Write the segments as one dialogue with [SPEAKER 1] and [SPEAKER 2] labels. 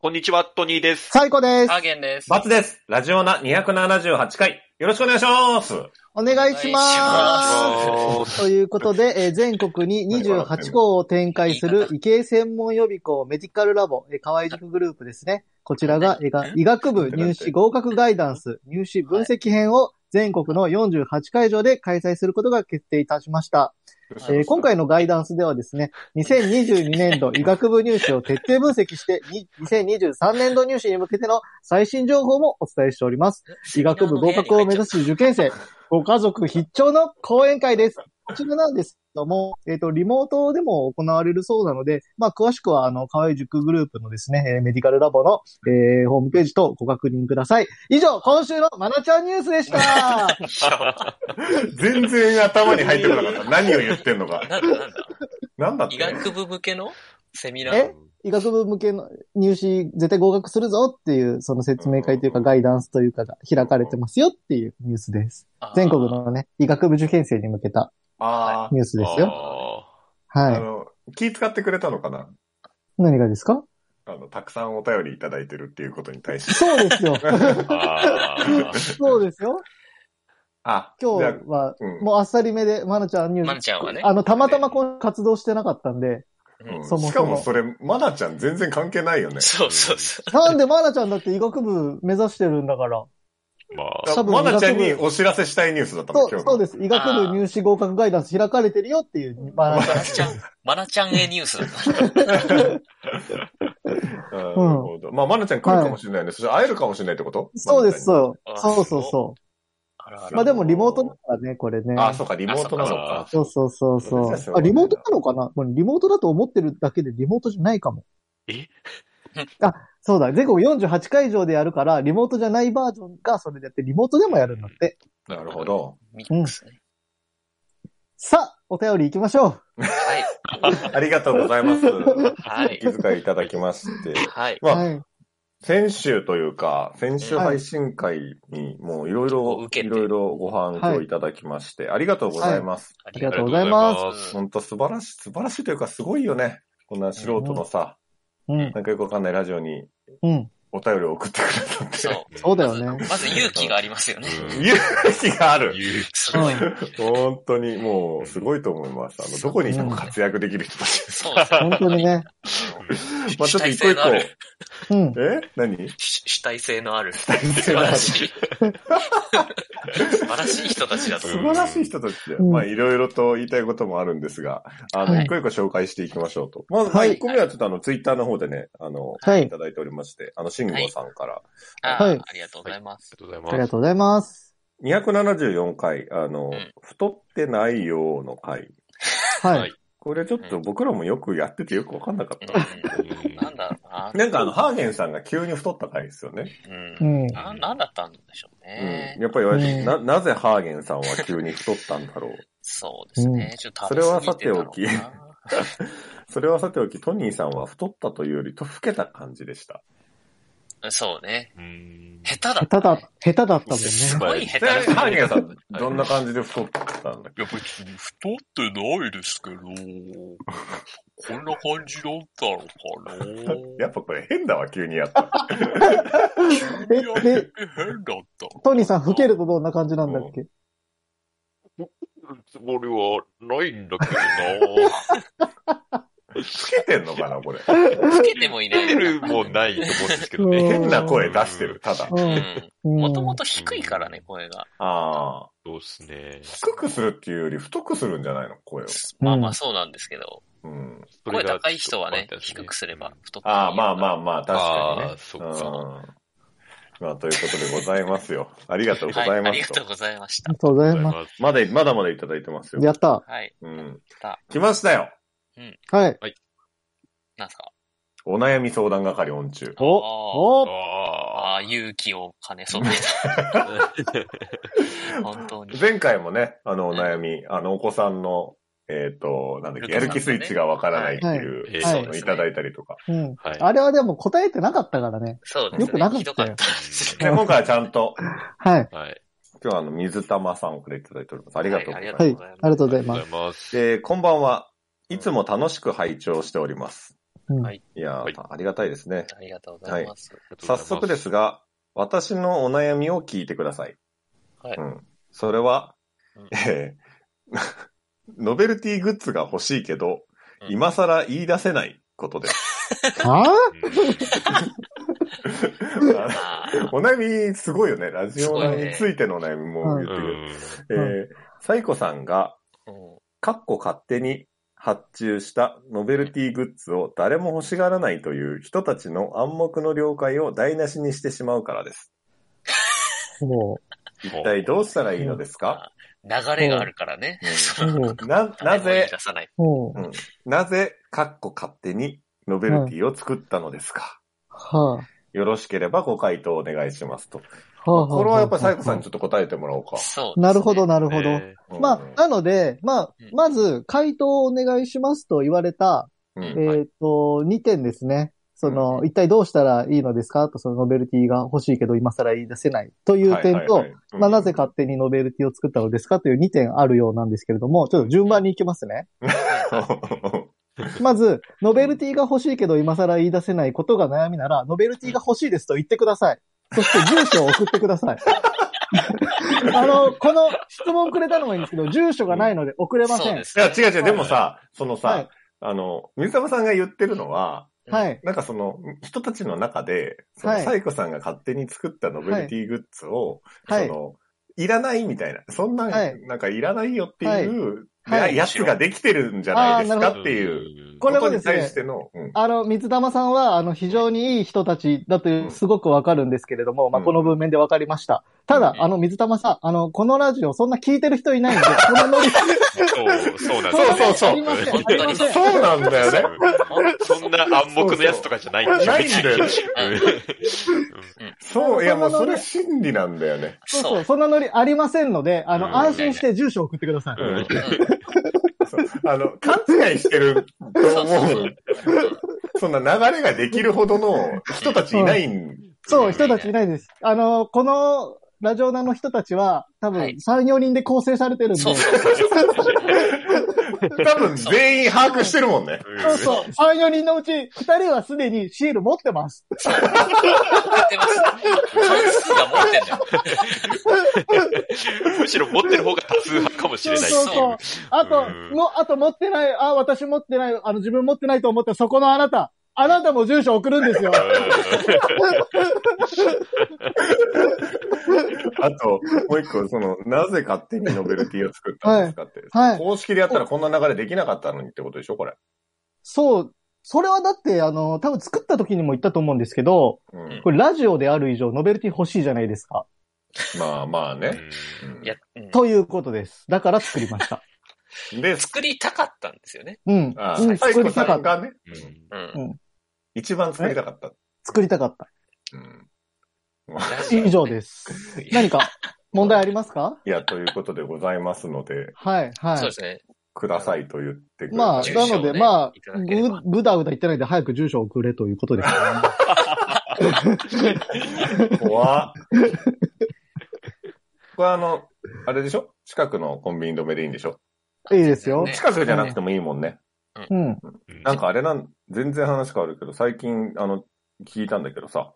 [SPEAKER 1] こんにちは、トニーです。
[SPEAKER 2] 最高です
[SPEAKER 3] ア。ーゲンです。
[SPEAKER 4] バツです。ラジオナ278回。よろしくお願いします。
[SPEAKER 2] お願いしま
[SPEAKER 1] お
[SPEAKER 2] す。ということで、えー全国に28校を展開する医系専門予備校メディカルラボ、えー河合塾グループですね。こちらが医学医学部入試合格ガイダンス入試分析編を全国の48会場で開催することが決定いたしました。えー今回のガイダンスではですね、2022年度医学部入試を徹底分析して、に2023年度入試に向けての最新情報もお伝えしております。医学部合格を目指す受験生、ご家族必聴の講演会です。こちらなんですけども、えっ、と、リモートでも行われるそうなので、まあ、詳しくは、あの、河合塾グループのですね、えーメディカルラボの、えーホームページとご確認ください。以上、今週のまなちゃんニュースでした
[SPEAKER 4] 全然頭に入ってこなかった。何を言ってんのか。
[SPEAKER 3] なんだなんだ
[SPEAKER 4] なんだっ
[SPEAKER 3] 医
[SPEAKER 4] て。
[SPEAKER 3] 学部向けのセミナー
[SPEAKER 2] え医学部向けの入試絶対合格するぞっていう、その説明会というかガイダンスというかが開かれてますよっていうニュースです。
[SPEAKER 3] あー
[SPEAKER 2] 全国のね、医学部受験生に向けた
[SPEAKER 4] あ
[SPEAKER 2] ニュースですよ。
[SPEAKER 1] よ。
[SPEAKER 4] あ、
[SPEAKER 2] は
[SPEAKER 4] あ
[SPEAKER 2] い。
[SPEAKER 4] の、気使ってくれたのかな
[SPEAKER 2] 何がですか
[SPEAKER 4] あの、たくさんお便りいただいてるっていうことに対して。
[SPEAKER 2] そうですよ。
[SPEAKER 1] あー
[SPEAKER 2] そうですよ。
[SPEAKER 4] あ、
[SPEAKER 2] 今
[SPEAKER 4] じゃ
[SPEAKER 2] 日は、
[SPEAKER 4] あうん
[SPEAKER 2] もうあっさりめで、まなちゃんニュ
[SPEAKER 3] ま
[SPEAKER 2] ー
[SPEAKER 3] ん
[SPEAKER 2] ス。
[SPEAKER 3] ちゃんはね。
[SPEAKER 2] あの、たまたまこの活動してなかったんで、
[SPEAKER 3] うん
[SPEAKER 4] うん
[SPEAKER 2] そもそも
[SPEAKER 4] しかもそれ、まなちゃん全然関係ないよね。
[SPEAKER 3] そうそうそ
[SPEAKER 2] なんでまなちゃんだって医学部目指してるんだから。
[SPEAKER 1] まあ、
[SPEAKER 4] だ
[SPEAKER 2] 多分
[SPEAKER 4] まなちゃんにお知らせしたいニュースだった
[SPEAKER 2] そ
[SPEAKER 4] の、
[SPEAKER 2] う、
[SPEAKER 4] 今日の。
[SPEAKER 2] そうです。医学部入試合格ガイダンス開かれてるよっていう、ま
[SPEAKER 3] う。
[SPEAKER 2] な
[SPEAKER 3] マ
[SPEAKER 2] ちゃん
[SPEAKER 3] ナちゃん、マナちゃんへニュースだった。
[SPEAKER 4] あーなるほど。まあ、まなちゃん来るかもしれないね。そして会えるかもしれないってこと
[SPEAKER 2] そうです、
[SPEAKER 4] う。
[SPEAKER 2] そう
[SPEAKER 3] あ。
[SPEAKER 2] そうそうそう。
[SPEAKER 3] あらあ
[SPEAKER 2] まあ
[SPEAKER 3] ら。
[SPEAKER 2] でもリモートだからね、これね。
[SPEAKER 4] あ、そうか、リモートなの
[SPEAKER 1] あ
[SPEAKER 4] か。
[SPEAKER 2] そうそうそう
[SPEAKER 4] そ
[SPEAKER 2] そうう
[SPEAKER 4] です。よ
[SPEAKER 2] あ、リモートなのかなこれリモートだと思ってるだけでリモートじゃないかも。
[SPEAKER 1] え
[SPEAKER 2] あ、そうだ。全国48会場でやるから、リモートじゃないバージョンがそれでやって、リモートでもやるんだって。
[SPEAKER 4] なるほど。
[SPEAKER 3] ミックスね。
[SPEAKER 2] さあ、お便り行きましょう。
[SPEAKER 3] はい。
[SPEAKER 4] ありがとうござ います。
[SPEAKER 3] はい。
[SPEAKER 4] 気遣いいただきまして。
[SPEAKER 3] はい。
[SPEAKER 4] まあ、
[SPEAKER 2] はい。
[SPEAKER 4] 先週というか、先週配信会にもういろい
[SPEAKER 3] はい
[SPEAKER 4] ろ、
[SPEAKER 3] 受け
[SPEAKER 4] い
[SPEAKER 3] て
[SPEAKER 4] ろいろご反響いただきまして、ありがとうございます。
[SPEAKER 3] あ
[SPEAKER 2] りがとうございます
[SPEAKER 3] す。
[SPEAKER 4] 本当素晴らしい、素晴らしいというかすごいよね。こんな素人のさ、
[SPEAKER 2] うん。
[SPEAKER 4] なんかよくわかんないラジオに
[SPEAKER 2] うん。
[SPEAKER 4] お便りを送ってくれたんで。
[SPEAKER 3] そう。
[SPEAKER 2] そうだよね。
[SPEAKER 3] まず勇気がありますよね。
[SPEAKER 1] うん
[SPEAKER 4] 勇気がある。
[SPEAKER 1] 言う
[SPEAKER 3] すごい。
[SPEAKER 4] 本当にもうすごいと思います。あの、どこにいても活躍できる人たちです。
[SPEAKER 3] そうですね。
[SPEAKER 2] 本当にね。
[SPEAKER 4] まあちょっと一
[SPEAKER 3] 主
[SPEAKER 4] 個一
[SPEAKER 3] 体性のあ
[SPEAKER 4] 個。
[SPEAKER 3] る
[SPEAKER 4] え
[SPEAKER 2] う ん。
[SPEAKER 4] 何
[SPEAKER 3] 主主体性のある。素晴らしい。素晴らしい人たちだと
[SPEAKER 4] 素
[SPEAKER 3] 思う。
[SPEAKER 4] 晴らしい人たちで、
[SPEAKER 2] うん
[SPEAKER 4] まあいろいろと言いたいこともあるんですが、あの、
[SPEAKER 2] はい
[SPEAKER 4] 一個一個紹介していきましょうと。まず、ま
[SPEAKER 2] は
[SPEAKER 4] あ
[SPEAKER 2] い
[SPEAKER 4] 一個目はちょっとあの、ツイッターの方でね、あの、
[SPEAKER 2] はい
[SPEAKER 4] い、ただいておりまして、あの、慎吾さんから、
[SPEAKER 3] あ
[SPEAKER 2] は
[SPEAKER 3] ー
[SPEAKER 2] い
[SPEAKER 3] ありがとうございます。
[SPEAKER 1] ありがとうご
[SPEAKER 2] あ
[SPEAKER 1] ざい
[SPEAKER 2] りが
[SPEAKER 1] ます。
[SPEAKER 2] とうございます。
[SPEAKER 4] 274回、あの、
[SPEAKER 3] うん
[SPEAKER 4] 太ってないよーの回。
[SPEAKER 2] は
[SPEAKER 1] はいい。
[SPEAKER 4] これちょっと僕らもよくやっててよくわかんなかった。
[SPEAKER 3] うんなんだろうな。
[SPEAKER 4] なんかあの、ハーゲンさんが急に太った回ですよね。
[SPEAKER 3] うん
[SPEAKER 2] うん。
[SPEAKER 3] な、なんだったんでしょうね。
[SPEAKER 4] うん。やっぱり言われて、
[SPEAKER 2] ね
[SPEAKER 4] な、なぜハーゲンさんは急に太ったんだろう。
[SPEAKER 3] そうですね。ちょっと食べ過ぎてたのか
[SPEAKER 4] それは
[SPEAKER 3] な
[SPEAKER 4] さそれはさておき、トニーさんは太ったというよりと老けた感じでした。
[SPEAKER 3] そうね。
[SPEAKER 1] うん
[SPEAKER 3] 下手だった、
[SPEAKER 2] 下手だ、下手だったもんね。
[SPEAKER 3] すごい下手
[SPEAKER 4] ちな
[SPEAKER 3] だっ
[SPEAKER 4] みにハ
[SPEAKER 3] た
[SPEAKER 4] ーゲンさん、
[SPEAKER 1] い
[SPEAKER 4] どんな感じで太ったんだっ
[SPEAKER 5] いや、別に太ってないですけど、こんな感じだったのかな
[SPEAKER 4] けやっぱこれ変だわ、急にやった。
[SPEAKER 5] いや
[SPEAKER 2] え、で、
[SPEAKER 5] 変だったの
[SPEAKER 2] トニーさん、老けるとどんな感じなんだっけ
[SPEAKER 1] つもりはないんだけどな。
[SPEAKER 4] 老けてんのかな、これ。
[SPEAKER 3] つけてもいな
[SPEAKER 1] 出て
[SPEAKER 3] いな。
[SPEAKER 1] るもないと思うんですけどね。
[SPEAKER 2] うん
[SPEAKER 4] 変な声出してる、ただ。
[SPEAKER 2] う
[SPEAKER 3] うん。もともと低いからね、声が。
[SPEAKER 4] ああ。
[SPEAKER 1] そうですね。
[SPEAKER 4] 低くするっていうより太くするんじゃないの、声を。
[SPEAKER 3] まあまあそうなんですけど、
[SPEAKER 4] うん。
[SPEAKER 1] それ
[SPEAKER 3] 声
[SPEAKER 1] が
[SPEAKER 3] 高い人はね
[SPEAKER 1] ちょっ、と
[SPEAKER 3] 低くすれば。太って
[SPEAKER 4] ああ、まあまあまあ、確かに
[SPEAKER 1] あ
[SPEAKER 4] ね
[SPEAKER 1] ー。そっ
[SPEAKER 4] うん
[SPEAKER 1] か。
[SPEAKER 4] まあ、ということでございますよ。ありがとうござ
[SPEAKER 3] はい
[SPEAKER 4] ます
[SPEAKER 3] い、あ
[SPEAKER 4] と。
[SPEAKER 3] りがとうございまし
[SPEAKER 2] あ
[SPEAKER 3] た
[SPEAKER 2] り。がとうご
[SPEAKER 1] あ
[SPEAKER 2] ざ
[SPEAKER 1] り
[SPEAKER 2] い
[SPEAKER 1] がとうござい
[SPEAKER 2] ま
[SPEAKER 1] ます。
[SPEAKER 4] まだ、まだまだいただいてますよ。
[SPEAKER 2] す。やった。
[SPEAKER 3] はい。
[SPEAKER 4] うん。
[SPEAKER 3] た
[SPEAKER 4] 来ましたよ。
[SPEAKER 2] はい。
[SPEAKER 3] なんすか
[SPEAKER 4] お悩み相談係音中。
[SPEAKER 3] お
[SPEAKER 2] お
[SPEAKER 3] あ
[SPEAKER 1] あ
[SPEAKER 3] あ、勇気を兼ね備 えた。本当に。
[SPEAKER 4] 前回もね、あの、お悩み、あの、お子さんの、えっ、と、なんだっけ、や
[SPEAKER 3] ルカさんのね
[SPEAKER 4] る気スイッチがわからないって
[SPEAKER 1] はい
[SPEAKER 4] いう、
[SPEAKER 1] はい
[SPEAKER 4] そういうのいただいたりとか。
[SPEAKER 2] うん。
[SPEAKER 1] あ。はい。
[SPEAKER 2] あれはでも答えてなかったからね。
[SPEAKER 3] そうですね。
[SPEAKER 2] よくなかっ
[SPEAKER 3] ひど
[SPEAKER 2] たよ。
[SPEAKER 3] ですね
[SPEAKER 4] で、今回はちゃんと、
[SPEAKER 2] はい。
[SPEAKER 1] はい。
[SPEAKER 4] 今日はあの、水玉さんをくれていただいております。ありがとうございます。
[SPEAKER 2] はい。ありがとうござい
[SPEAKER 1] ありがとうご
[SPEAKER 2] ま
[SPEAKER 1] ざいます。
[SPEAKER 4] えーこんばんは。いつも楽しく拝聴しております。
[SPEAKER 2] うん
[SPEAKER 3] はい
[SPEAKER 4] いやー、
[SPEAKER 1] はい
[SPEAKER 4] ありがたいですね。
[SPEAKER 3] ありがとうございます。
[SPEAKER 4] 早速ですが、私のお悩みを聞いてください。
[SPEAKER 3] はい
[SPEAKER 4] うん、それは、
[SPEAKER 3] うん
[SPEAKER 4] えー ノベルティグッズが欲しいけど、
[SPEAKER 3] うん
[SPEAKER 4] 今更言い出せないことです。
[SPEAKER 2] はぁ
[SPEAKER 4] あ
[SPEAKER 3] まあ、
[SPEAKER 4] のお悩みすごいよね。ラジオについてのお悩みも言って
[SPEAKER 1] う
[SPEAKER 4] くる。
[SPEAKER 1] ん。
[SPEAKER 2] ん
[SPEAKER 4] えーサイコさんが、
[SPEAKER 3] うん
[SPEAKER 4] かっこ勝手に発注したノベルティグッズを誰も欲しがらないという人たちの暗黙の了解を台無しにしてしまうからです。
[SPEAKER 2] も
[SPEAKER 4] 一体どうしたらいいのですか
[SPEAKER 3] 流れがあるからね。
[SPEAKER 2] う、も
[SPEAKER 4] な、な
[SPEAKER 3] 誰も言い
[SPEAKER 4] ぜ
[SPEAKER 3] 出、さない。
[SPEAKER 2] う、もう
[SPEAKER 4] う、んなぜ、かっこ勝手にノベルティを作ったのですか、
[SPEAKER 2] はぁ。
[SPEAKER 4] よろしければご回答お願いしますと。
[SPEAKER 2] はぁ
[SPEAKER 4] これはやっぱりサイコさんに
[SPEAKER 2] に
[SPEAKER 4] ちょっと答えてもらおうか。
[SPEAKER 3] そうですね。
[SPEAKER 2] なるほど、なるほど。
[SPEAKER 1] ね
[SPEAKER 4] うん
[SPEAKER 2] まあ、なので、まあ
[SPEAKER 3] うん、
[SPEAKER 2] まず、回答をお願いしますと言われた、
[SPEAKER 4] うん
[SPEAKER 2] えっと、2点ですね。その、一体どうしたらいいのですかと、そのノベルティが欲しいけど、今更言い出せないという点と、、まあ、なぜ 勝手にノベルティを作ったのですかという2点あるようなんですけれども、ちょっと順番に行きますね。
[SPEAKER 4] か。
[SPEAKER 2] まず、ノベルティが欲しいけど今更言い出せないことが悩みなら、ノベルティが欲しいですと言ってください。そして住所を送ってください。 あの、この質問くれたのもいいんですけど、住所がないので送れませ
[SPEAKER 3] そうんで。す
[SPEAKER 4] い
[SPEAKER 3] ね
[SPEAKER 4] や、違う違う、でもさ、その
[SPEAKER 2] は
[SPEAKER 4] さ
[SPEAKER 2] い、
[SPEAKER 4] あの、水沢さんが言ってるのは、
[SPEAKER 2] はい。
[SPEAKER 4] なんかその、人たちの中で、その
[SPEAKER 2] はい
[SPEAKER 4] サイコさんが勝手に作ったノベルティグッズを、
[SPEAKER 2] はい
[SPEAKER 4] その、いらないみたいな、そんな、
[SPEAKER 2] はい
[SPEAKER 4] なんかいらないよっていう、
[SPEAKER 2] はいはい
[SPEAKER 4] やつができてるんじゃないです
[SPEAKER 2] あーなる
[SPEAKER 4] か
[SPEAKER 2] ほ
[SPEAKER 4] っていう、
[SPEAKER 1] ん
[SPEAKER 2] これも
[SPEAKER 4] と
[SPEAKER 2] で
[SPEAKER 4] に
[SPEAKER 2] すね
[SPEAKER 4] 対しての、うん
[SPEAKER 2] あの、水玉さんは、あの、非常にいい人たちだという、すごくわかるんですけれども、まあ、
[SPEAKER 4] うん
[SPEAKER 2] この文面でわかりました。ただ
[SPEAKER 3] う、ん
[SPEAKER 2] あの、水玉さん、あの、このラジオ、そんな聞いてる人いないんで、このノリ、
[SPEAKER 1] そう、そうなん
[SPEAKER 4] そうそうそう
[SPEAKER 2] ありません、あ
[SPEAKER 3] 本当
[SPEAKER 2] り
[SPEAKER 3] に
[SPEAKER 2] ません。
[SPEAKER 4] そうなんだ よね。
[SPEAKER 1] そんな暗黙のやつとかじゃないんだ
[SPEAKER 4] ないんだよね。そう、いやもうそれ真理なんだよね。
[SPEAKER 2] そう
[SPEAKER 3] そ
[SPEAKER 2] そうう、。そんなノリありませんので、あ
[SPEAKER 1] う
[SPEAKER 2] の、
[SPEAKER 1] ん
[SPEAKER 2] 安心して住所送ってください。
[SPEAKER 1] うん
[SPEAKER 4] そうあの、勘違いしてると
[SPEAKER 3] そう
[SPEAKER 4] 思
[SPEAKER 3] そう
[SPEAKER 4] う。そんな流れができるほどの人たちいないん
[SPEAKER 2] そう、人たちいないです。あの、この、ラジオナの人たちは、多分、
[SPEAKER 3] はい
[SPEAKER 2] 3、4人で構成されてるんで、
[SPEAKER 3] そ
[SPEAKER 2] そうう
[SPEAKER 3] そうそう
[SPEAKER 4] 多分全員把握してるもんね。
[SPEAKER 2] そう3、4人のうち、2人はすでにシール持ってます。
[SPEAKER 3] やってます。関数が持ってんだよ。
[SPEAKER 1] むしろ持ってる方が多数派かもしれないってい
[SPEAKER 2] そう
[SPEAKER 1] う
[SPEAKER 2] そうそう。あと、
[SPEAKER 1] うん
[SPEAKER 2] も、あと持ってない、あ、私持ってない、あの、自分持ってないと思ったそこのあなた、あなたも住所送るんです よ。
[SPEAKER 4] あと、もう一個、その、なぜ勝手にノベルティを作ったんですかって。
[SPEAKER 2] はいはい
[SPEAKER 4] 公式でやったらこんな流れできなかったのにってことでしょ、これ。
[SPEAKER 2] そう。それはだって、あの、多分作った時にも言ったと思うんですけど、
[SPEAKER 4] うん。
[SPEAKER 2] これラジオである以上、ノベルティ欲しいじゃないですか。
[SPEAKER 4] まあまあね。
[SPEAKER 3] いや、うん
[SPEAKER 2] ということです。だから作りました。
[SPEAKER 4] うんで、
[SPEAKER 3] 作りたかったんですよね。
[SPEAKER 2] うん。
[SPEAKER 4] あ
[SPEAKER 2] うん
[SPEAKER 4] 最
[SPEAKER 2] 作
[SPEAKER 4] 後
[SPEAKER 2] りた
[SPEAKER 4] さ
[SPEAKER 2] か
[SPEAKER 4] ん
[SPEAKER 2] った。
[SPEAKER 4] がね、
[SPEAKER 3] うん。
[SPEAKER 4] 一番作りたかった。
[SPEAKER 2] 作りたかった。
[SPEAKER 4] うん。
[SPEAKER 2] 以 上です。何か問題ありますか
[SPEAKER 4] いや、ということでございますので、
[SPEAKER 2] はい、
[SPEAKER 3] そう
[SPEAKER 2] は
[SPEAKER 3] ですね。
[SPEAKER 4] くださいと言ってく
[SPEAKER 2] い。
[SPEAKER 4] だ
[SPEAKER 2] まあ、
[SPEAKER 4] さい
[SPEAKER 2] なので、まあ
[SPEAKER 3] 住所をねいただければ、
[SPEAKER 2] ぐ、ぐだぐだ言ってないんで、早く住所を送れということですね。
[SPEAKER 4] 怖っこれあの、あれでしょ近くのコンビニ止めでいいんでしょ
[SPEAKER 2] いいですよ
[SPEAKER 3] ね。
[SPEAKER 4] 近くじゃなくてもいいもんね。
[SPEAKER 2] うん。
[SPEAKER 4] なんかあれなん、全然話変わるけど、最近、あの、聞いたんだけどさ、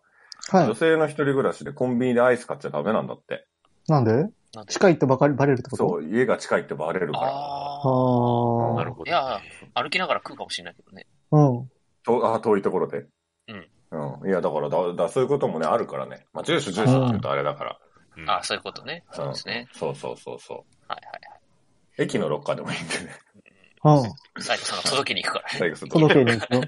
[SPEAKER 2] は
[SPEAKER 4] 女
[SPEAKER 2] い。
[SPEAKER 4] 性の一人暮らしでコンビニでアイス買っちゃダメなんだって。
[SPEAKER 2] なんで
[SPEAKER 3] なんで
[SPEAKER 2] 近いってばかりバレるってこと
[SPEAKER 4] そう、家が近いってバレるから。
[SPEAKER 3] あ
[SPEAKER 2] あ
[SPEAKER 1] な
[SPEAKER 2] あ
[SPEAKER 1] る。ほど。
[SPEAKER 3] いや、歩きながら食うかもしれないけどね。
[SPEAKER 2] うん。
[SPEAKER 4] とあ遠いところで。
[SPEAKER 3] うん。
[SPEAKER 4] うん。いや、だからだ、だ、そういうこともね、あるからね。まあ、住所、住所って言うとあれだから。
[SPEAKER 1] うん
[SPEAKER 3] ああ、そういうことね。そうですね。
[SPEAKER 4] そうそうそうそ
[SPEAKER 3] はいはい。
[SPEAKER 4] う。駅のロッカーでもいいんでね。
[SPEAKER 2] うん。
[SPEAKER 3] 最後さんが届けに行くからね。
[SPEAKER 4] 最後すると
[SPEAKER 2] 届けに行くよ。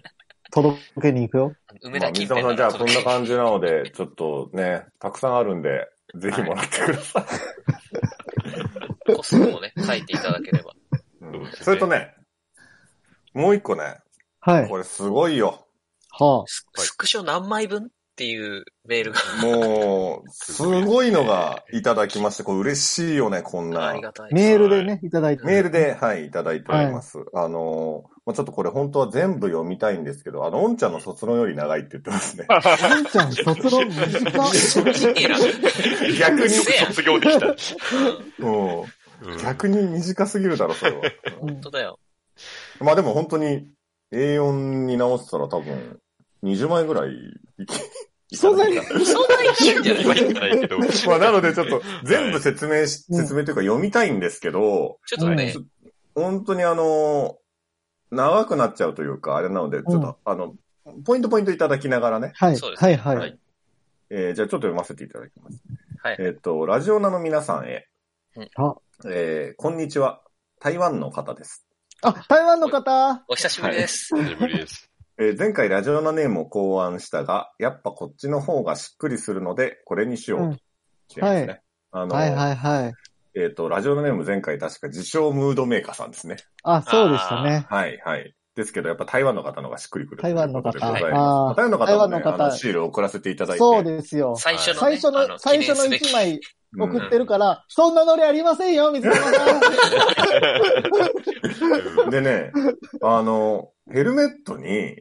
[SPEAKER 2] 届けに行くよ。
[SPEAKER 3] 梅
[SPEAKER 4] まあ、
[SPEAKER 3] 田近
[SPEAKER 4] 水
[SPEAKER 3] 辺
[SPEAKER 4] 野さん、じゃあ、こんな
[SPEAKER 3] じ。
[SPEAKER 4] 感じなので、ちょっとね、たくさんあるんで、ぜひもらってください。
[SPEAKER 3] 個数もね、書いていただければ。
[SPEAKER 4] うんそれとね、もう一個ね、
[SPEAKER 2] はい。
[SPEAKER 4] これすごいよ。
[SPEAKER 2] は
[SPEAKER 3] ススクショ何枚分っていうメールが
[SPEAKER 4] もう、 すごいのがいただきまして、これ嬉しいよね、こん
[SPEAKER 3] あ
[SPEAKER 4] な
[SPEAKER 3] り。がたい
[SPEAKER 2] あ。。メールでね、いただいて。
[SPEAKER 4] メールで、はい、いただいております。あのーまあ、ちょっとこれ本当は全部読みたいんですけど、あの、おんちゃんの卒論より長いって言ってますね。
[SPEAKER 2] しんちゃん、卒論短っ
[SPEAKER 3] えら
[SPEAKER 4] 逆に、
[SPEAKER 3] せやん
[SPEAKER 1] 卒業できた。
[SPEAKER 4] うん。逆に短すぎるだろ、それは。
[SPEAKER 2] うん
[SPEAKER 3] 本当だよ。
[SPEAKER 4] まあでも本当に、 A4 に直したら多分、20枚ぐらいいけいか
[SPEAKER 2] そんな
[SPEAKER 4] ない
[SPEAKER 2] に
[SPEAKER 4] か
[SPEAKER 3] そんなにいいんじゃない
[SPEAKER 1] 今言ってないけど。
[SPEAKER 4] まあ、なのでちょっと、全
[SPEAKER 1] は
[SPEAKER 4] 部
[SPEAKER 1] い
[SPEAKER 4] 説明し、
[SPEAKER 2] うん
[SPEAKER 4] 説明というか読みたいんですけど、
[SPEAKER 3] ちょっとね、
[SPEAKER 4] 本当にあの、長くなっちゃうというか、あれなので、ちょっと、あの、ポイントポイントいただきながらね、
[SPEAKER 2] はい。
[SPEAKER 3] そうです
[SPEAKER 2] はいはい。
[SPEAKER 3] はい
[SPEAKER 4] えーじゃあちょっと読ませていただきます。
[SPEAKER 3] はい
[SPEAKER 4] えっ、と、ラジオナの皆さんへ、
[SPEAKER 2] あ
[SPEAKER 4] えーこんにちは。台湾の方です。
[SPEAKER 2] あ、台湾の方
[SPEAKER 3] お久しぶりです。
[SPEAKER 1] 久しぶりです。
[SPEAKER 4] えー前回ラジオナネームを考案したが、やっぱこっちの方がしっくりするので、これにしようと決めますね。あの、
[SPEAKER 2] はいはいはい。
[SPEAKER 4] えっ、と、ラジオナネーム前回確か自称ムードメーカーさんですね。
[SPEAKER 2] あ、そうでしたね。
[SPEAKER 4] はい、はい。ですけど、やっぱ台湾の方の方がしっくりくる。
[SPEAKER 2] 台湾の方。
[SPEAKER 4] ということでござい
[SPEAKER 2] あ
[SPEAKER 4] ます台湾の方も、ね、
[SPEAKER 2] 台湾の方
[SPEAKER 4] あのシールを送らせていただいて。
[SPEAKER 2] そうですよ。
[SPEAKER 3] 最初の、ね、
[SPEAKER 2] 最初
[SPEAKER 3] あ
[SPEAKER 2] の、最初の一
[SPEAKER 3] 記念すべき
[SPEAKER 2] 枚送ってるから、そんなノリありませんよ、水沼さん。
[SPEAKER 4] うんでね、あの、ヘルメットに、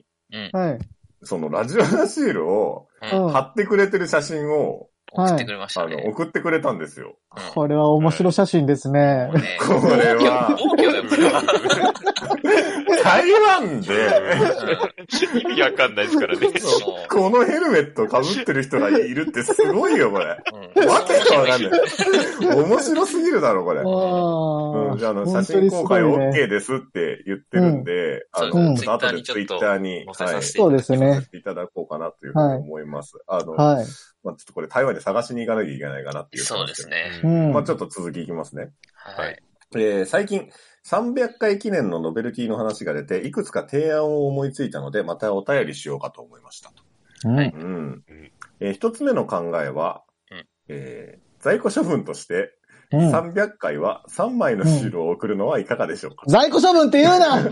[SPEAKER 2] はい。
[SPEAKER 4] そのラジオナシールを
[SPEAKER 2] うん。
[SPEAKER 4] 貼ってくれてる写真を、
[SPEAKER 3] 送ってくれまし
[SPEAKER 4] あ
[SPEAKER 3] たね。
[SPEAKER 4] の、送ってくれたんですよ。
[SPEAKER 2] これは面白写真ですね。
[SPEAKER 3] もうね
[SPEAKER 4] これは、
[SPEAKER 3] 暴挙だよ、これは。
[SPEAKER 4] 台湾で、
[SPEAKER 1] 意味わかんないですからね。
[SPEAKER 3] そ
[SPEAKER 4] このヘルメット被ってる人がいるってすごいよ、これ。
[SPEAKER 3] う。うん
[SPEAKER 4] わけがわかんない。面白すぎるだろ、これ。
[SPEAKER 2] あ
[SPEAKER 4] う
[SPEAKER 2] あ。
[SPEAKER 4] ん、じゃあ、あの、
[SPEAKER 2] 本
[SPEAKER 4] 写
[SPEAKER 2] 当
[SPEAKER 4] 真
[SPEAKER 2] にす
[SPEAKER 4] 公
[SPEAKER 2] ご
[SPEAKER 4] 開
[SPEAKER 2] いね。
[SPEAKER 4] OK ですって言ってるんで、あ
[SPEAKER 3] そう
[SPEAKER 4] の、
[SPEAKER 3] です
[SPEAKER 4] ち
[SPEAKER 3] ね
[SPEAKER 4] ょっと後でツイ
[SPEAKER 3] ツイッ
[SPEAKER 4] ッ
[SPEAKER 3] タ
[SPEAKER 4] タ
[SPEAKER 3] ーに
[SPEAKER 4] ーに、
[SPEAKER 3] 載せ
[SPEAKER 4] は
[SPEAKER 3] さ
[SPEAKER 4] い、
[SPEAKER 3] せて
[SPEAKER 2] そうです
[SPEAKER 4] 載
[SPEAKER 2] ね
[SPEAKER 4] せ。ていただこうかなというふうに思います。あの、
[SPEAKER 2] はい。
[SPEAKER 4] まあ、ちょっとこれ台湾で探しに行かなきゃいけないかなっていう。
[SPEAKER 3] そうです。ね。
[SPEAKER 2] う
[SPEAKER 4] まあ、
[SPEAKER 2] ん
[SPEAKER 4] ち。ょっと続きいきますね。
[SPEAKER 3] は
[SPEAKER 1] はいい。
[SPEAKER 4] えー最近、300回記念のノベルティの話が出て、いくつか提案を思いついたので、またお便りしようかと思いました。
[SPEAKER 2] うん
[SPEAKER 4] うん。えー一つ目の考えは、
[SPEAKER 3] うん
[SPEAKER 4] えー在庫処分として、
[SPEAKER 2] うん
[SPEAKER 4] 300回は3枚のシールを送るのはいかがでしょうか、
[SPEAKER 2] 在庫処分って言うな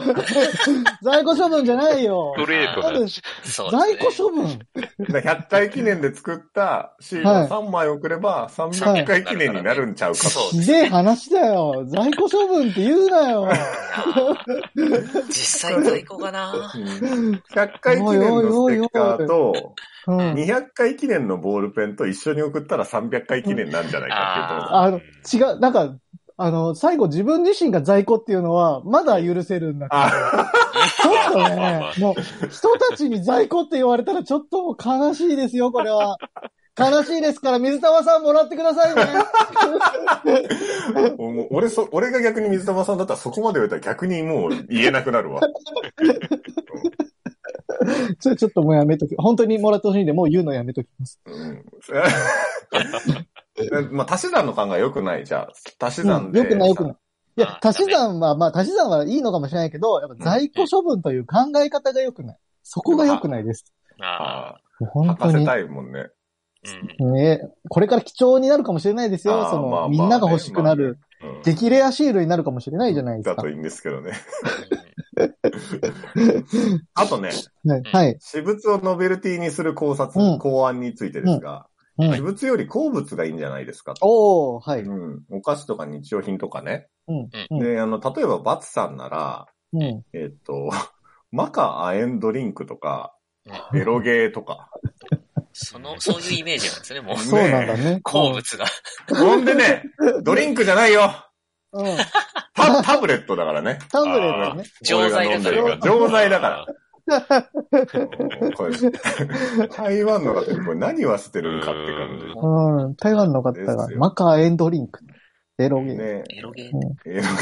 [SPEAKER 2] 在庫処分じゃないよ
[SPEAKER 1] ス。トレート
[SPEAKER 2] 多分
[SPEAKER 1] な。
[SPEAKER 3] そうですね
[SPEAKER 2] 在庫処分
[SPEAKER 4] だから ?100 回記念で作ったシールを
[SPEAKER 2] はい
[SPEAKER 4] 3枚送れば、300回記念になるんちゃうかと。
[SPEAKER 3] そう
[SPEAKER 2] ひでえ話だよ。在庫処分って言うなよ。
[SPEAKER 3] 実際在庫かな
[SPEAKER 4] うん100回記念のステッカーと、
[SPEAKER 2] うん。
[SPEAKER 4] 200回記念のボールペンと一緒に送ったら300回記念なんじゃないか
[SPEAKER 2] あの、違う、なんか、あの、最後自分自身が在庫っていうのは、まだ許せるんだけど。ちょっと
[SPEAKER 1] まあまあま
[SPEAKER 2] ね
[SPEAKER 1] あ、
[SPEAKER 2] も う、人たちに在庫って言われたらちょっともう悲しいですよ、これは。悲しいですから、水玉さんもらってくださいね。
[SPEAKER 4] っていうこともう俺そ、俺が逆に水玉さんだったらそこまで言われたら逆にもう言えなくな るわ。
[SPEAKER 2] そ れちょっともうやめとき、本当にもらってほしいんで、もう言うのやめときます。
[SPEAKER 4] うん。まあ、足し算の考え良くないじゃあ。足し
[SPEAKER 2] う
[SPEAKER 4] 算
[SPEAKER 2] ん、
[SPEAKER 4] で。
[SPEAKER 2] よくないよくない。いや
[SPEAKER 3] あ、
[SPEAKER 2] 足し算は、まあ、足し算はいいのかもしれないけど、やっぱ在庫処分という考え方が良くない。そこが良くないです。
[SPEAKER 3] あ
[SPEAKER 4] あ
[SPEAKER 2] もう
[SPEAKER 4] あ
[SPEAKER 2] 本
[SPEAKER 4] 吐か
[SPEAKER 2] 当
[SPEAKER 4] せ
[SPEAKER 2] に。
[SPEAKER 4] たいもんね。
[SPEAKER 3] ーうん
[SPEAKER 2] ねこれから貴重になるかもしれないですよ。
[SPEAKER 4] あー
[SPEAKER 2] そ
[SPEAKER 4] まあま
[SPEAKER 2] の、
[SPEAKER 4] あ
[SPEAKER 2] みんなが欲しくなる、
[SPEAKER 4] うん
[SPEAKER 2] 激レアシールになるかもしれないじゃないです
[SPEAKER 4] だ
[SPEAKER 2] か
[SPEAKER 4] と。いいんですけどね。あとね、
[SPEAKER 2] ねはい。
[SPEAKER 4] 私物をノベルティにする考察、
[SPEAKER 2] うん
[SPEAKER 4] 考案についてですが、
[SPEAKER 2] うん
[SPEAKER 4] 私物より鉱物がいいんじゃないですかと。
[SPEAKER 2] おー、は
[SPEAKER 4] う
[SPEAKER 2] い。
[SPEAKER 4] ん、お菓子とか日用品とかね。
[SPEAKER 2] うん。うん
[SPEAKER 4] で、あの、例えば、バツさんなら、
[SPEAKER 2] うん。
[SPEAKER 4] えっと、マカアエンドリンクとか、エロゲーとか。
[SPEAKER 3] その、そういうイメージなんですね、もう。
[SPEAKER 2] そうなんだね。
[SPEAKER 3] 好物が。
[SPEAKER 4] ほんでね、ドリンクじゃないよ
[SPEAKER 2] うん。うん
[SPEAKER 4] タタブレットだからね。
[SPEAKER 2] タブレットね。
[SPEAKER 3] 錠剤だから
[SPEAKER 4] 俺が飲んでるから錠剤だから。これ、台湾の方にこれ何は捨てるんかって感
[SPEAKER 2] うん。台湾の方が
[SPEAKER 4] です、よ
[SPEAKER 2] マカーエンドリンク。エロ
[SPEAKER 4] じ。
[SPEAKER 2] ゲー。
[SPEAKER 4] ね
[SPEAKER 3] エロゲー
[SPEAKER 4] エロ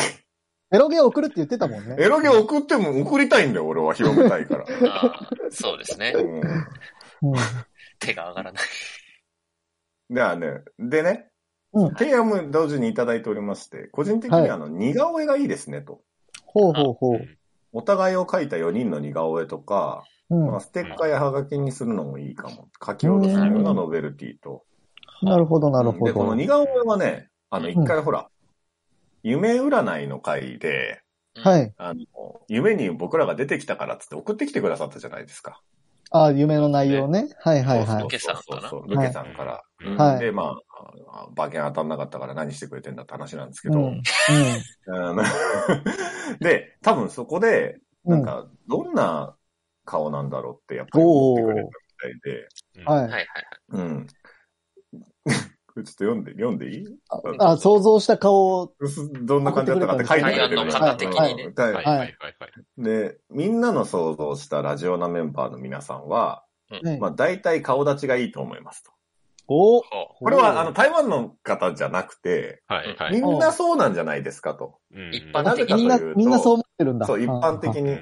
[SPEAKER 2] エロゲー送るって言ってたもんね
[SPEAKER 4] ゲ、。エロゲ送っても送りたいんだよ、俺は広めたいから。
[SPEAKER 3] あーそうですね。
[SPEAKER 4] うん
[SPEAKER 2] うん。
[SPEAKER 3] 手が上がらない。
[SPEAKER 4] ではね、でね、
[SPEAKER 2] うん
[SPEAKER 4] 提案も同時にいただいておりまして、個人的にあの、似顔絵がいいですね、と。
[SPEAKER 2] ほうほうほう。
[SPEAKER 4] お互いを描いた4人の似顔絵とか、
[SPEAKER 2] うん
[SPEAKER 4] まあ、。ステッカーやハガキにするのもいいかも。書き下ろすようなノベルティと。
[SPEAKER 2] なるほど、なるほ
[SPEAKER 4] で、この
[SPEAKER 2] ど。
[SPEAKER 4] 似顔絵はね、あの、一回ほら、夢占いの回で、
[SPEAKER 2] はい。
[SPEAKER 4] あの、夢に僕らが出てきたからっつって送ってきてくださったじゃないですか。
[SPEAKER 2] ああ、夢の内容ね。はいはい
[SPEAKER 4] そう
[SPEAKER 2] は
[SPEAKER 4] そう
[SPEAKER 2] い。
[SPEAKER 3] ルケさんかな
[SPEAKER 4] そうそうルケさんから。うん
[SPEAKER 2] はい
[SPEAKER 4] で、まあ、あ馬券当たんなかったから何してくれてんだって話なんですけ
[SPEAKER 2] う
[SPEAKER 4] ど、
[SPEAKER 2] ん。うん。
[SPEAKER 4] あの で、多分そこで、
[SPEAKER 2] う
[SPEAKER 4] なん
[SPEAKER 2] ん。
[SPEAKER 4] か、どんな顔なんだろうってやっぱり思ってくれたみたいで、
[SPEAKER 2] は
[SPEAKER 3] はい
[SPEAKER 2] い。
[SPEAKER 3] はい
[SPEAKER 4] うん。 これちょっと読んで、読んでいい
[SPEAKER 2] あ、想像した顔を。
[SPEAKER 4] どんな感じだったかって書いて
[SPEAKER 3] はい。
[SPEAKER 4] く
[SPEAKER 3] 台
[SPEAKER 4] れて
[SPEAKER 3] 湾
[SPEAKER 4] る
[SPEAKER 3] の
[SPEAKER 4] か
[SPEAKER 3] 方
[SPEAKER 4] ら。
[SPEAKER 3] 的にね。
[SPEAKER 4] はい
[SPEAKER 1] はいはいはい。
[SPEAKER 4] で、みんなの想像したラジオなメンバーの皆さんは、
[SPEAKER 2] はい
[SPEAKER 4] まあ大体顔立ちがいいと思いますと。
[SPEAKER 2] お
[SPEAKER 5] は
[SPEAKER 4] これはあ
[SPEAKER 2] の
[SPEAKER 4] の、台湾の方じゃなくて、
[SPEAKER 1] はい、は
[SPEAKER 4] み
[SPEAKER 1] い。
[SPEAKER 4] んなそうなんじゃないですかと。
[SPEAKER 1] うん
[SPEAKER 3] 一般
[SPEAKER 4] なぜかと
[SPEAKER 2] みん
[SPEAKER 4] いう
[SPEAKER 2] な、
[SPEAKER 4] と、
[SPEAKER 2] みんなそう思ってるんだ。
[SPEAKER 4] そう、一般的
[SPEAKER 2] に。
[SPEAKER 1] う
[SPEAKER 4] に。
[SPEAKER 1] ん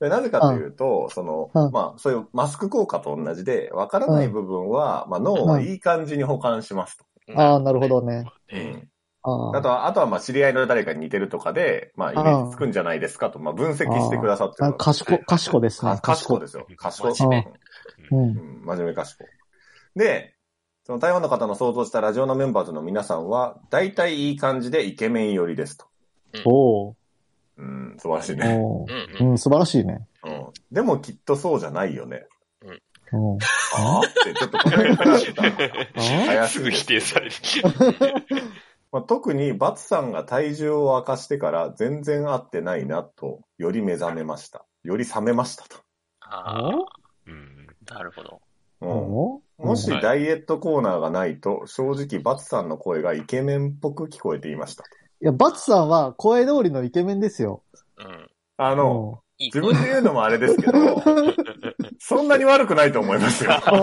[SPEAKER 4] でなぜかというと、その、
[SPEAKER 2] うん
[SPEAKER 4] まあ、そういうマスク効果と同じで、わからない部分は、まあ、脳はいい感じに保管しますと。
[SPEAKER 2] ああ、なるほどね。
[SPEAKER 4] う
[SPEAKER 1] ね
[SPEAKER 4] ん。
[SPEAKER 2] あ
[SPEAKER 4] あと
[SPEAKER 2] あ。
[SPEAKER 4] は、あとは、まあ、知り合いの誰かに似てるとかで、まあ、イメージつくんじゃないですかと、まあ、分析してくださってる
[SPEAKER 2] あ
[SPEAKER 4] わけです
[SPEAKER 2] 賢、賢ですね
[SPEAKER 4] か。賢いですよ。賢い。
[SPEAKER 2] 真面う。
[SPEAKER 4] うんん、真面目賢い。で、その台湾の方の想像したラジオのメンバーズの皆さんは、大体いい感じでイケメン寄りですと。
[SPEAKER 2] おー
[SPEAKER 4] うん、素晴らしいね。
[SPEAKER 2] おー
[SPEAKER 3] うんう。
[SPEAKER 2] うんん、素晴らしいね。
[SPEAKER 4] うん。でもきっとそうじゃないよね。
[SPEAKER 2] うん。
[SPEAKER 4] あーって、ちょっとこれからだ
[SPEAKER 2] あ
[SPEAKER 4] 怪し
[SPEAKER 1] す
[SPEAKER 4] い
[SPEAKER 1] ぐ
[SPEAKER 4] です
[SPEAKER 1] 否定される。
[SPEAKER 4] まあ、特にバツさんが体重を明かしてから全然合ってないなと、より目覚めました。より冷めましたと。
[SPEAKER 3] あ
[SPEAKER 1] うん
[SPEAKER 3] あ、なるほど。
[SPEAKER 4] うん、
[SPEAKER 2] お
[SPEAKER 4] もし
[SPEAKER 2] うん
[SPEAKER 4] ダイエットコーナーがないと、正直バツさんの声がイケメンっぽく聞こえていましたと。
[SPEAKER 2] いや、バツさんは声通りのイケメンですよ。
[SPEAKER 3] うん。
[SPEAKER 4] あの、
[SPEAKER 2] うん
[SPEAKER 3] いい
[SPEAKER 4] 自分で言うのもあれです けど、そんなに悪くないと思いますよ。
[SPEAKER 2] うん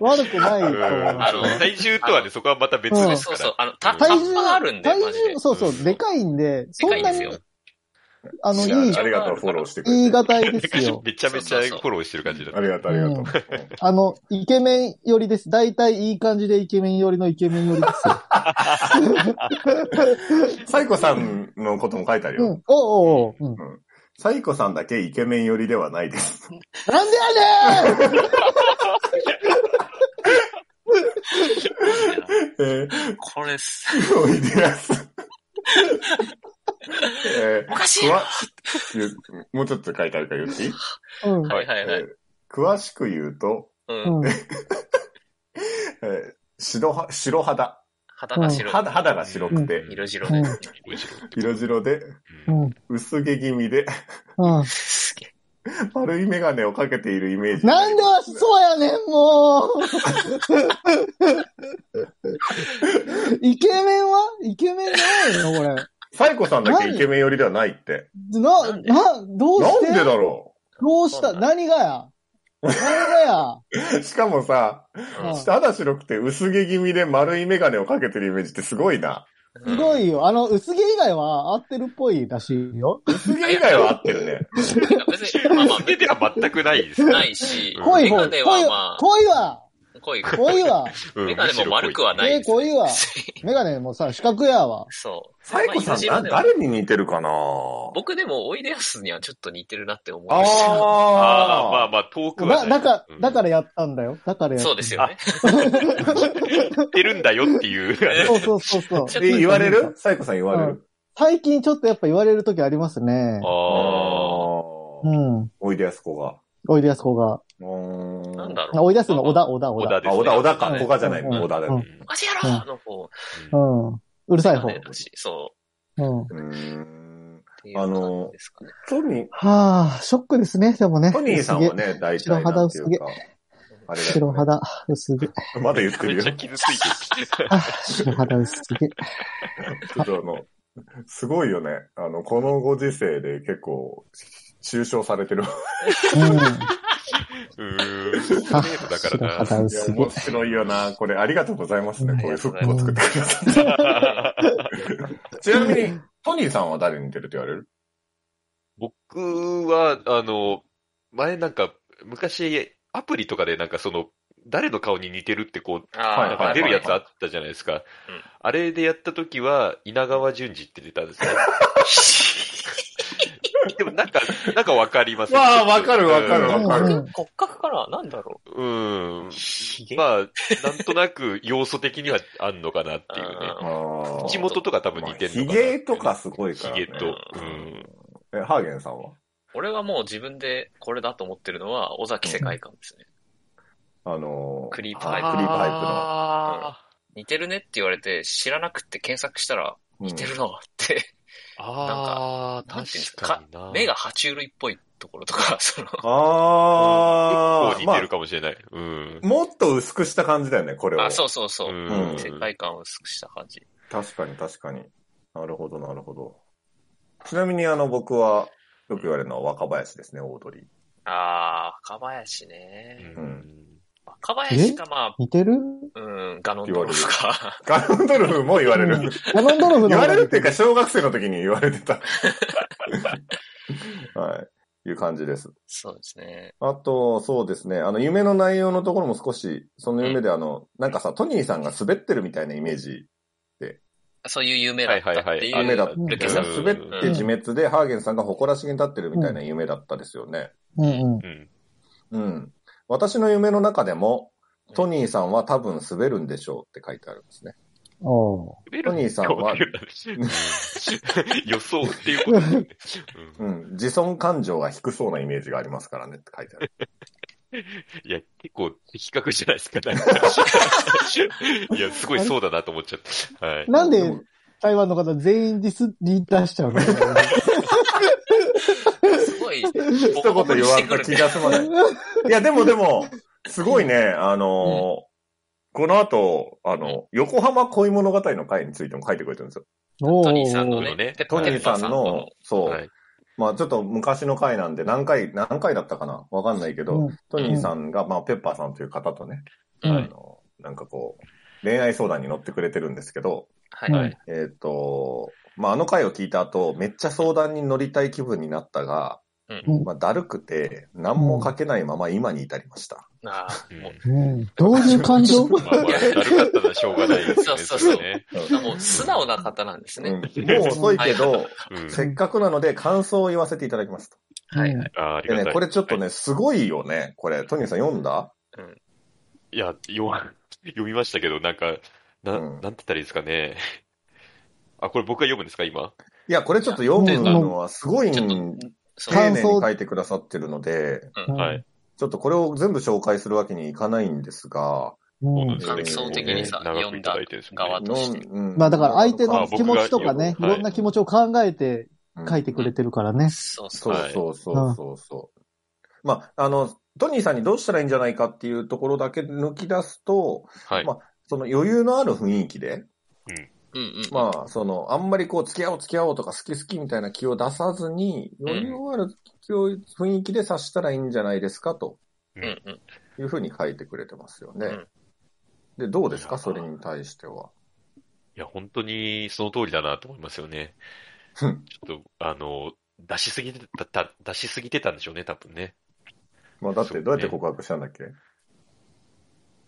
[SPEAKER 2] 悪くないと思いま
[SPEAKER 1] あ
[SPEAKER 2] す
[SPEAKER 1] の
[SPEAKER 2] よ。
[SPEAKER 1] 体重とはね、そこはまた別です
[SPEAKER 3] そう
[SPEAKER 1] から。
[SPEAKER 3] そう、あの、た、
[SPEAKER 2] 体
[SPEAKER 3] たっ
[SPEAKER 2] 重、
[SPEAKER 3] ぱあるんで、
[SPEAKER 2] 体
[SPEAKER 3] マジで
[SPEAKER 2] 重、。そうそうう、
[SPEAKER 1] ん
[SPEAKER 2] でかいんで、そ
[SPEAKER 3] でか
[SPEAKER 2] ん
[SPEAKER 3] い
[SPEAKER 2] な
[SPEAKER 3] です
[SPEAKER 2] に
[SPEAKER 3] よ。、
[SPEAKER 2] あの、
[SPEAKER 4] い
[SPEAKER 2] いい
[SPEAKER 4] やあ、りがとう、フォローしてくれ
[SPEAKER 2] 言い
[SPEAKER 4] て。
[SPEAKER 2] 難いですよ。
[SPEAKER 1] めちゃめちゃフォローしてる感じだっ
[SPEAKER 4] ありがとう、ありがとう。
[SPEAKER 2] あの、イケメン寄りです。大体いい感じでイケメン寄りのイケメン寄りですよ。
[SPEAKER 4] サイコさんのことも書いてある
[SPEAKER 2] う
[SPEAKER 4] よ。
[SPEAKER 2] ん。おうおうおう、うん。
[SPEAKER 4] サイコさんだけイケメン寄りではないです。
[SPEAKER 2] なんでやねん
[SPEAKER 4] えー
[SPEAKER 5] これす、
[SPEAKER 4] おいでやす。えー
[SPEAKER 3] おかしい
[SPEAKER 4] く
[SPEAKER 3] な
[SPEAKER 4] わゆもうちょっと書いてあるから言っていい、
[SPEAKER 2] うん。
[SPEAKER 3] はいはいはい
[SPEAKER 4] え。ー詳しく言うと、
[SPEAKER 3] うん。
[SPEAKER 2] うん
[SPEAKER 4] えー白は白肌
[SPEAKER 3] 肌が白い。
[SPEAKER 4] 肌。肌が白くて、
[SPEAKER 3] 色白で。
[SPEAKER 2] うん
[SPEAKER 1] 面白い。
[SPEAKER 4] 色白で、
[SPEAKER 2] うん。
[SPEAKER 4] 薄毛気味で、
[SPEAKER 2] うん。
[SPEAKER 3] すげえ
[SPEAKER 4] 丸いメガネをかけているイメージ。
[SPEAKER 2] なんでわしそうやねん、もう。イケメンはイケメンじゃないのこ
[SPEAKER 4] サイコさんだけイケメン寄りではないって。
[SPEAKER 2] れ。な、な、どう
[SPEAKER 4] な
[SPEAKER 2] し
[SPEAKER 4] ん
[SPEAKER 2] て
[SPEAKER 4] でだろ
[SPEAKER 2] どうした
[SPEAKER 3] そうな
[SPEAKER 2] 何がや何がや
[SPEAKER 4] う しかもさ、
[SPEAKER 2] うん
[SPEAKER 4] 肌白くて薄毛気味で丸いメガネをかけてるイメージってすごいな。
[SPEAKER 3] う
[SPEAKER 2] す
[SPEAKER 3] ん
[SPEAKER 2] ごいよ。あの、薄毛以外は合ってるっぽいらしいよ。
[SPEAKER 4] 薄毛以外は合ってるね。
[SPEAKER 3] いや別に、まあま
[SPEAKER 1] それでは全くないです
[SPEAKER 3] あ、
[SPEAKER 1] ね。
[SPEAKER 3] ないし、
[SPEAKER 1] 濃
[SPEAKER 2] 恋
[SPEAKER 3] メ
[SPEAKER 2] い方、
[SPEAKER 3] ガ
[SPEAKER 2] 恋
[SPEAKER 3] ネ
[SPEAKER 2] い、
[SPEAKER 3] はま
[SPEAKER 2] 濃いわ
[SPEAKER 3] あ、濃い。
[SPEAKER 2] 濃いわ
[SPEAKER 1] うん
[SPEAKER 3] メガネも丸く はない
[SPEAKER 2] え
[SPEAKER 3] で
[SPEAKER 2] ー、
[SPEAKER 3] すね。
[SPEAKER 2] 濃いわメガネもさ、四角やわ。
[SPEAKER 3] そう。
[SPEAKER 4] サイコさん
[SPEAKER 3] まあ色白
[SPEAKER 4] な、
[SPEAKER 3] では
[SPEAKER 4] 誰に似てるかな
[SPEAKER 3] 僕でも、おいでやすにはちょっと似てるなって思うんですよ
[SPEAKER 1] ああ、まあ
[SPEAKER 4] あ
[SPEAKER 1] まあ、遠くは
[SPEAKER 2] だ、だか
[SPEAKER 1] う
[SPEAKER 2] ら、
[SPEAKER 1] ん
[SPEAKER 2] だからやったんだよ。だからやった。
[SPEAKER 3] そうですよね。
[SPEAKER 1] 言ってるんだよっていう。
[SPEAKER 2] そうそうそうそう。
[SPEAKER 3] ちょ っ
[SPEAKER 4] あ。
[SPEAKER 3] と
[SPEAKER 4] え、言われるサイコさん言われる
[SPEAKER 2] 最近ちょっとやっぱ言われるときありますね。
[SPEAKER 1] ああ。
[SPEAKER 2] う
[SPEAKER 4] あー
[SPEAKER 2] ん。
[SPEAKER 4] おいでやすこが。
[SPEAKER 2] おいでやすこが。
[SPEAKER 4] うーん
[SPEAKER 3] なんだろう。
[SPEAKER 2] 追い出すの、小田、小田、
[SPEAKER 1] 小
[SPEAKER 2] 小
[SPEAKER 1] 田
[SPEAKER 2] 田。
[SPEAKER 1] で
[SPEAKER 4] あ、
[SPEAKER 1] すね。
[SPEAKER 4] 小田、小田
[SPEAKER 3] は
[SPEAKER 4] か。
[SPEAKER 3] い
[SPEAKER 4] 小田じゃない、
[SPEAKER 2] うん
[SPEAKER 4] 小田だ
[SPEAKER 2] う
[SPEAKER 4] よ
[SPEAKER 2] ん。
[SPEAKER 3] おかしいやろ
[SPEAKER 2] うん
[SPEAKER 3] あの子。
[SPEAKER 2] うん。うるさい方。
[SPEAKER 3] メガネだしそう
[SPEAKER 2] うん。は
[SPEAKER 4] うーん。
[SPEAKER 3] っ。ていう感じですかね。
[SPEAKER 4] トニ
[SPEAKER 2] あ、ショックですね、でもね。
[SPEAKER 4] ー、トニーさんはね、大体な
[SPEAKER 2] 白
[SPEAKER 4] んてい
[SPEAKER 2] 肌薄毛
[SPEAKER 4] うか。あれだよね
[SPEAKER 2] 白。肌、薄毛。
[SPEAKER 4] まだ言って
[SPEAKER 1] め
[SPEAKER 4] る
[SPEAKER 1] っ
[SPEAKER 4] よ
[SPEAKER 1] ちゃ。傷ついてる。
[SPEAKER 2] あー白肌薄毛。
[SPEAKER 4] ちょっとあの、すごいよね。あの、このご時世で結構、中傷されてる。
[SPEAKER 2] うん。
[SPEAKER 1] うーん。ストレートだから
[SPEAKER 2] あ白肌
[SPEAKER 1] な。
[SPEAKER 2] う
[SPEAKER 4] い
[SPEAKER 2] ん
[SPEAKER 4] や
[SPEAKER 2] すげえ
[SPEAKER 4] 面白いよな。これ、ありがとうございますね。こういうフックを作ってくださって。ちなみに、トニーさんは誰に似てるって言われる
[SPEAKER 1] 僕は、あの、前なんか、昔、アプリとかでなんかその、誰の顔に似てるってこう、なん
[SPEAKER 3] あ
[SPEAKER 1] か
[SPEAKER 3] あ、
[SPEAKER 1] 出るやつあったじゃないですか
[SPEAKER 3] うん。
[SPEAKER 1] あれでやった時は、稲川淳二って出たん ですね。でもなんか、なんかわかります
[SPEAKER 4] わあわかるわかるわ
[SPEAKER 2] かる
[SPEAKER 3] 骨格から、なんだろ
[SPEAKER 1] うん。
[SPEAKER 3] う。げ
[SPEAKER 1] まあ、なんとなく要素的にはあんのかなっていうね
[SPEAKER 3] あ。
[SPEAKER 4] あ
[SPEAKER 1] 口元とか多分似てるの
[SPEAKER 4] ヒ
[SPEAKER 1] かなっていう
[SPEAKER 4] ゲとかすごい
[SPEAKER 1] ヒ
[SPEAKER 4] から、ね。
[SPEAKER 1] ゲと。うん。
[SPEAKER 4] え、ハーゲンさんは
[SPEAKER 3] 俺はもう自分でこれだと思ってるのは、尾崎世界観ですね。
[SPEAKER 4] あの
[SPEAKER 3] クリープ
[SPEAKER 4] ハ
[SPEAKER 3] ハ
[SPEAKER 4] イ
[SPEAKER 3] イ
[SPEAKER 4] プ。
[SPEAKER 3] プ
[SPEAKER 4] クリープハ
[SPEAKER 1] あ
[SPEAKER 3] 似てるねって言われて、知らなくって検索したら、
[SPEAKER 4] イプの。
[SPEAKER 3] 似てるなって。
[SPEAKER 1] ーあー、
[SPEAKER 3] なんか
[SPEAKER 1] 確かにな。
[SPEAKER 3] 目が爬虫類っぽいところとか、その、
[SPEAKER 4] うん。あ
[SPEAKER 1] 結構
[SPEAKER 4] ー、
[SPEAKER 1] 似
[SPEAKER 4] ま
[SPEAKER 1] て
[SPEAKER 4] あ
[SPEAKER 1] る、かもしれない。うん。
[SPEAKER 4] もっと薄くした感じだよね、これを。
[SPEAKER 3] あ、そうそうそうう。
[SPEAKER 4] うん
[SPEAKER 3] 世界観を薄くした感じ。
[SPEAKER 4] 確かに確かに。なるほど、なるほど。ちなみにあの僕は、よく言われるのは若林ですね、オードリー。
[SPEAKER 3] ああ、若林
[SPEAKER 1] う
[SPEAKER 3] ね。
[SPEAKER 1] ん。
[SPEAKER 3] 若林か、ま
[SPEAKER 2] 似てる
[SPEAKER 3] あ、うん、ガノンドルフ か。
[SPEAKER 4] ガノンドルフも言われる。
[SPEAKER 2] ガノンドルフの。
[SPEAKER 4] 言われるっていうか、小学生の時に言われてた。はい。いう感じです。
[SPEAKER 3] そうですね。
[SPEAKER 4] あと、そうですね。あの、夢の内容のところも少し、その夢であの、なんかさ、トニーさんが滑ってるみたいなイメージ、
[SPEAKER 3] そういう夢だったっていう。
[SPEAKER 1] はい
[SPEAKER 4] 夢だった。
[SPEAKER 2] うん
[SPEAKER 3] ルケさん。
[SPEAKER 4] 滑って自滅で、ハーゲンさんが誇らしげに立ってるみたいな夢だったですよね。
[SPEAKER 2] うんうん。
[SPEAKER 1] うん。
[SPEAKER 4] うん。私の夢の中でも、トニーさんは多分滑るんでしょうって書いてあるんですね。
[SPEAKER 2] おう
[SPEAKER 1] ベ
[SPEAKER 4] トニーさんは、
[SPEAKER 1] 予想っていう ことですよね。う
[SPEAKER 4] うんん、自尊感情が低そうなイメージがありますからねって書いてある。
[SPEAKER 1] いや、結構的確じゃないですか、なんかいや、すごいそうだなと思っちゃった。はい。
[SPEAKER 2] なん
[SPEAKER 4] で
[SPEAKER 2] で
[SPEAKER 4] も
[SPEAKER 2] 台湾の方全員ディスり出しちゃうの
[SPEAKER 3] すごい、一
[SPEAKER 4] 一言言わんと気が済まない。いや、でもでも、すごいね、あのーこの後、あの、横浜恋物語の回についても書いてくれてるんですよ。
[SPEAKER 2] おう
[SPEAKER 3] トニーさんの
[SPEAKER 1] おーおーおー
[SPEAKER 3] ね、
[SPEAKER 4] トニーさんの、そう、
[SPEAKER 1] はい
[SPEAKER 4] まあちょっと昔の回なんで、何回、何回だったかなわかんないけど、
[SPEAKER 2] うん
[SPEAKER 4] トニーさんが、まあペッパーさんという方とね、
[SPEAKER 2] うん
[SPEAKER 4] あの、なんかこう、恋愛相談に乗ってくれてるんですけど、
[SPEAKER 3] はい。
[SPEAKER 2] うん
[SPEAKER 3] はい
[SPEAKER 4] えっ、と、まああの回を聞いた後、めっちゃ相談に乗りたい気分になったが、
[SPEAKER 2] うん
[SPEAKER 4] まあだるくて、何も書けないまま今に至りました。
[SPEAKER 3] あ
[SPEAKER 1] う
[SPEAKER 3] あ、
[SPEAKER 1] ん
[SPEAKER 3] も
[SPEAKER 2] うんどういう感情
[SPEAKER 1] まあまあ、だるかったのはしょうがないですね。
[SPEAKER 3] そうそうそう
[SPEAKER 1] れね
[SPEAKER 3] う、もう素直な方なんです
[SPEAKER 4] うん
[SPEAKER 3] ね。
[SPEAKER 4] もう遅いけど、
[SPEAKER 1] うん
[SPEAKER 4] せっかくなので感想を言わせていただきますと。
[SPEAKER 3] はいは
[SPEAKER 1] あーあり
[SPEAKER 4] で
[SPEAKER 1] がた
[SPEAKER 4] ね、
[SPEAKER 1] い。
[SPEAKER 4] これちょっとね、すごいよね。これ、トニーさん読んだ
[SPEAKER 1] いや、読ま、 読みましたけど、なんか、な、
[SPEAKER 4] うん
[SPEAKER 1] なんて言ったらいいですかね。 あ、これ僕が読むんですか、今。
[SPEAKER 4] いや、これちょっと読むのはすごいん
[SPEAKER 3] ちょっと、そう
[SPEAKER 4] 丁寧に書いてくださってるので、
[SPEAKER 2] うん
[SPEAKER 1] はい。
[SPEAKER 4] ちょっとこれを全部紹介するわけにいかないんですが、
[SPEAKER 2] うん
[SPEAKER 1] そうなんですよね
[SPEAKER 4] 感想的に
[SPEAKER 3] さ
[SPEAKER 1] こうね長くいただいてるんですよ
[SPEAKER 3] 読んだ側
[SPEAKER 1] ね。
[SPEAKER 3] どうして
[SPEAKER 4] のうん
[SPEAKER 2] まあだから相手の
[SPEAKER 1] あ僕
[SPEAKER 2] 気
[SPEAKER 1] が
[SPEAKER 2] 持ちとかね、い
[SPEAKER 1] はい
[SPEAKER 2] ろんな気持ちを考えて書いてくれてるからね。
[SPEAKER 3] そうそ。
[SPEAKER 4] そううそうそうそうそう。まあ、あの、トニーさんにどうしたらいいんじゃないかっていうところだけ抜き出すと、
[SPEAKER 1] はい
[SPEAKER 4] ま。あ、その余裕のある雰囲気で、
[SPEAKER 3] うんうん。
[SPEAKER 4] まあ、その、あんまりこう、付き合おう付き合おうとか好き好きみたいな気を出さずに、
[SPEAKER 3] ん
[SPEAKER 4] 余裕のある気を雰囲気で察したらいいんじゃないですかと
[SPEAKER 3] うんうん。
[SPEAKER 4] いうふうに書いてくれてますよね。
[SPEAKER 3] うん
[SPEAKER 4] で、どうです
[SPEAKER 1] い
[SPEAKER 4] か
[SPEAKER 1] や
[SPEAKER 4] それに対しては。
[SPEAKER 1] いや、本当にその通りだなと思いますよね。ち
[SPEAKER 4] う
[SPEAKER 1] ょ
[SPEAKER 4] ん
[SPEAKER 1] っと、あの、出しすぎてたた、出しすぎてたんでしょうね、多分ね。
[SPEAKER 4] まあ、だって、どうやって告白したんだっけ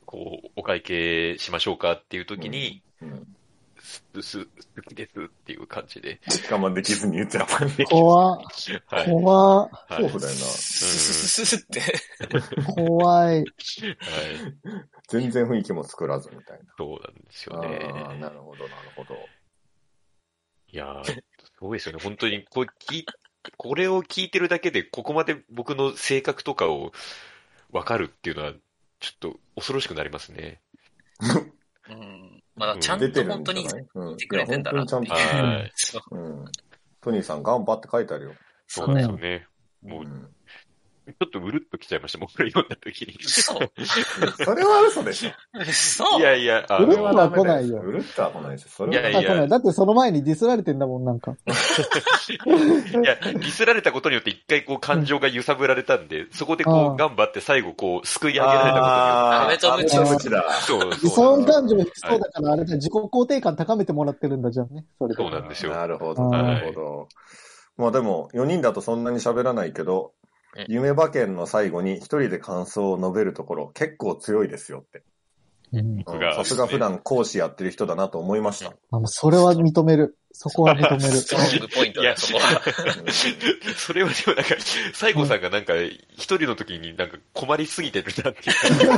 [SPEAKER 1] こう、お会計しましょうかっていう時に、
[SPEAKER 4] うん。
[SPEAKER 1] す、す、好きですっていう感じ で。
[SPEAKER 4] 我慢できずに言っちゃった。
[SPEAKER 2] 怖、
[SPEAKER 1] はい。
[SPEAKER 2] 怖、
[SPEAKER 1] はい。
[SPEAKER 4] そうだよな。
[SPEAKER 3] スススススって。
[SPEAKER 2] 怖い。
[SPEAKER 1] はい。
[SPEAKER 4] 全然雰囲気も作らずみたい
[SPEAKER 1] そうなんですよ
[SPEAKER 4] な。ああ、
[SPEAKER 1] ね。
[SPEAKER 4] なるほど、なるほど。
[SPEAKER 1] いやー、すごいですよね。本当に、こう、聞い、これを聞いてるだけで、ここまで僕の性格とかを分かるっていうのは、ちょっと恐ろしくなりますね。
[SPEAKER 3] うん。まだちゃ
[SPEAKER 1] うん
[SPEAKER 4] 出て
[SPEAKER 3] と
[SPEAKER 4] る
[SPEAKER 3] 本
[SPEAKER 4] ん
[SPEAKER 3] 当
[SPEAKER 4] じゃな
[SPEAKER 3] に
[SPEAKER 4] い、うん、
[SPEAKER 3] てくれてんだ
[SPEAKER 4] い
[SPEAKER 3] なっ
[SPEAKER 4] や
[SPEAKER 3] ていう
[SPEAKER 4] 本当にちゃんと。
[SPEAKER 1] はい。
[SPEAKER 3] そう
[SPEAKER 4] うん。トニーさん、頑張って書いてあるよ。、
[SPEAKER 1] そうなんですよね。もうんちょっとうるっときちゃいました。もうこれ読んだ時に。
[SPEAKER 3] 嘘
[SPEAKER 4] それは嘘でしょ。
[SPEAKER 3] 嘘
[SPEAKER 1] いやいや、あ
[SPEAKER 2] うるっと
[SPEAKER 1] の、
[SPEAKER 2] は来ないよ
[SPEAKER 4] うるっとは来ないでしょ。それ
[SPEAKER 1] い
[SPEAKER 4] は
[SPEAKER 1] やい
[SPEAKER 2] あ
[SPEAKER 1] や
[SPEAKER 2] これだってその前にディスられてんだもん、なんか。
[SPEAKER 1] いや、ディスられたことによって一回こう感情が揺さぶられたんで、そこで
[SPEAKER 2] あ
[SPEAKER 1] こ
[SPEAKER 2] ー
[SPEAKER 1] う頑張って最後こう救い上げられたこ
[SPEAKER 3] アメとムチ
[SPEAKER 2] アメと
[SPEAKER 4] ムチだ。
[SPEAKER 1] とによって。そう、
[SPEAKER 2] 自
[SPEAKER 1] そう
[SPEAKER 2] 尊感情が低そうだから、あれじゃ自己肯定感高めてもらってるんだじゃんね。それで
[SPEAKER 1] そうなんですよ
[SPEAKER 4] なるほど、
[SPEAKER 2] はい
[SPEAKER 4] なるほど。まあでも、4人だとそんなに喋らないけど
[SPEAKER 3] うん、
[SPEAKER 4] 夢馬券の最後に一人で感想を述べるところ、結構強いですよって。
[SPEAKER 2] うん
[SPEAKER 4] うん
[SPEAKER 1] 僕が
[SPEAKER 4] さすが普段講師やってる人だなと思いました。
[SPEAKER 2] あもうそれは認める。そこは認める。
[SPEAKER 3] ストロ ングポイント
[SPEAKER 1] いや
[SPEAKER 3] だ、そこは。
[SPEAKER 1] それはでもなんか、西郷さんがなんか、一人の時になんか困りすぎてるなっていう。な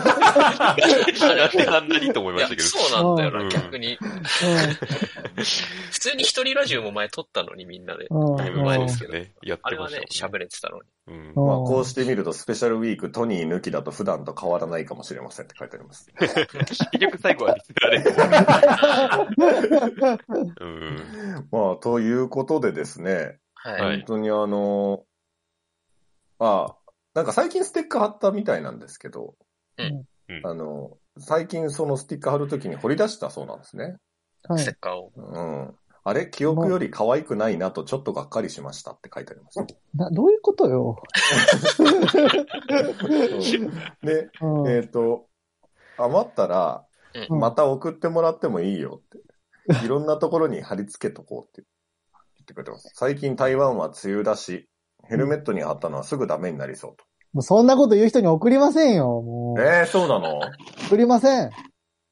[SPEAKER 1] んであんなにと思い
[SPEAKER 3] い
[SPEAKER 1] ま
[SPEAKER 3] や
[SPEAKER 1] したけ、ど。
[SPEAKER 3] そうなんだよ
[SPEAKER 1] う
[SPEAKER 3] な、
[SPEAKER 1] ん
[SPEAKER 3] 逆に。普通に一人ラジオも前撮ったのに、みんなで。
[SPEAKER 2] うん。
[SPEAKER 1] だいぶ
[SPEAKER 2] う
[SPEAKER 1] 前
[SPEAKER 2] ん。
[SPEAKER 1] ですよね。やっ
[SPEAKER 3] あ
[SPEAKER 1] て
[SPEAKER 3] れ
[SPEAKER 1] ま
[SPEAKER 3] は
[SPEAKER 1] し
[SPEAKER 3] ね、
[SPEAKER 1] たもんね。
[SPEAKER 3] 喋れてたのに。
[SPEAKER 1] うん
[SPEAKER 2] うん
[SPEAKER 4] まあこうしてみると、スペシャルウィーク、トニー抜きだと普段と変わらないかもしれませんって書いてあります。
[SPEAKER 1] 結局最後はディスられてる。うん。
[SPEAKER 4] まあ、ということでですね、
[SPEAKER 3] は。
[SPEAKER 1] はいい
[SPEAKER 4] 本当にあのあ、なんか最近ステッカー貼ったみたいなんですけど、
[SPEAKER 3] うん
[SPEAKER 1] うん
[SPEAKER 4] あの、最近そのステッカー貼るときに掘り出したそうなんですね。
[SPEAKER 2] は
[SPEAKER 3] ステッ
[SPEAKER 2] い。
[SPEAKER 3] カーを。
[SPEAKER 4] うん。あれ記憶より可愛くないなとちょっとがっかりしましたって書いてあります。
[SPEAKER 2] な、どういうことよ。
[SPEAKER 4] うんで、
[SPEAKER 2] うん
[SPEAKER 4] えっ、と、余ったら、
[SPEAKER 2] うん
[SPEAKER 4] また送ってもらってもいいよ って。いろんなところに貼り付けとこうって言ってくれてます。最近台湾は梅雨だし、ヘルメットに貼ったのはすぐダメになりそうと。
[SPEAKER 2] もうそんなこと言う人に送りませんよ。もう、
[SPEAKER 4] えー、そうなの
[SPEAKER 2] 送りません。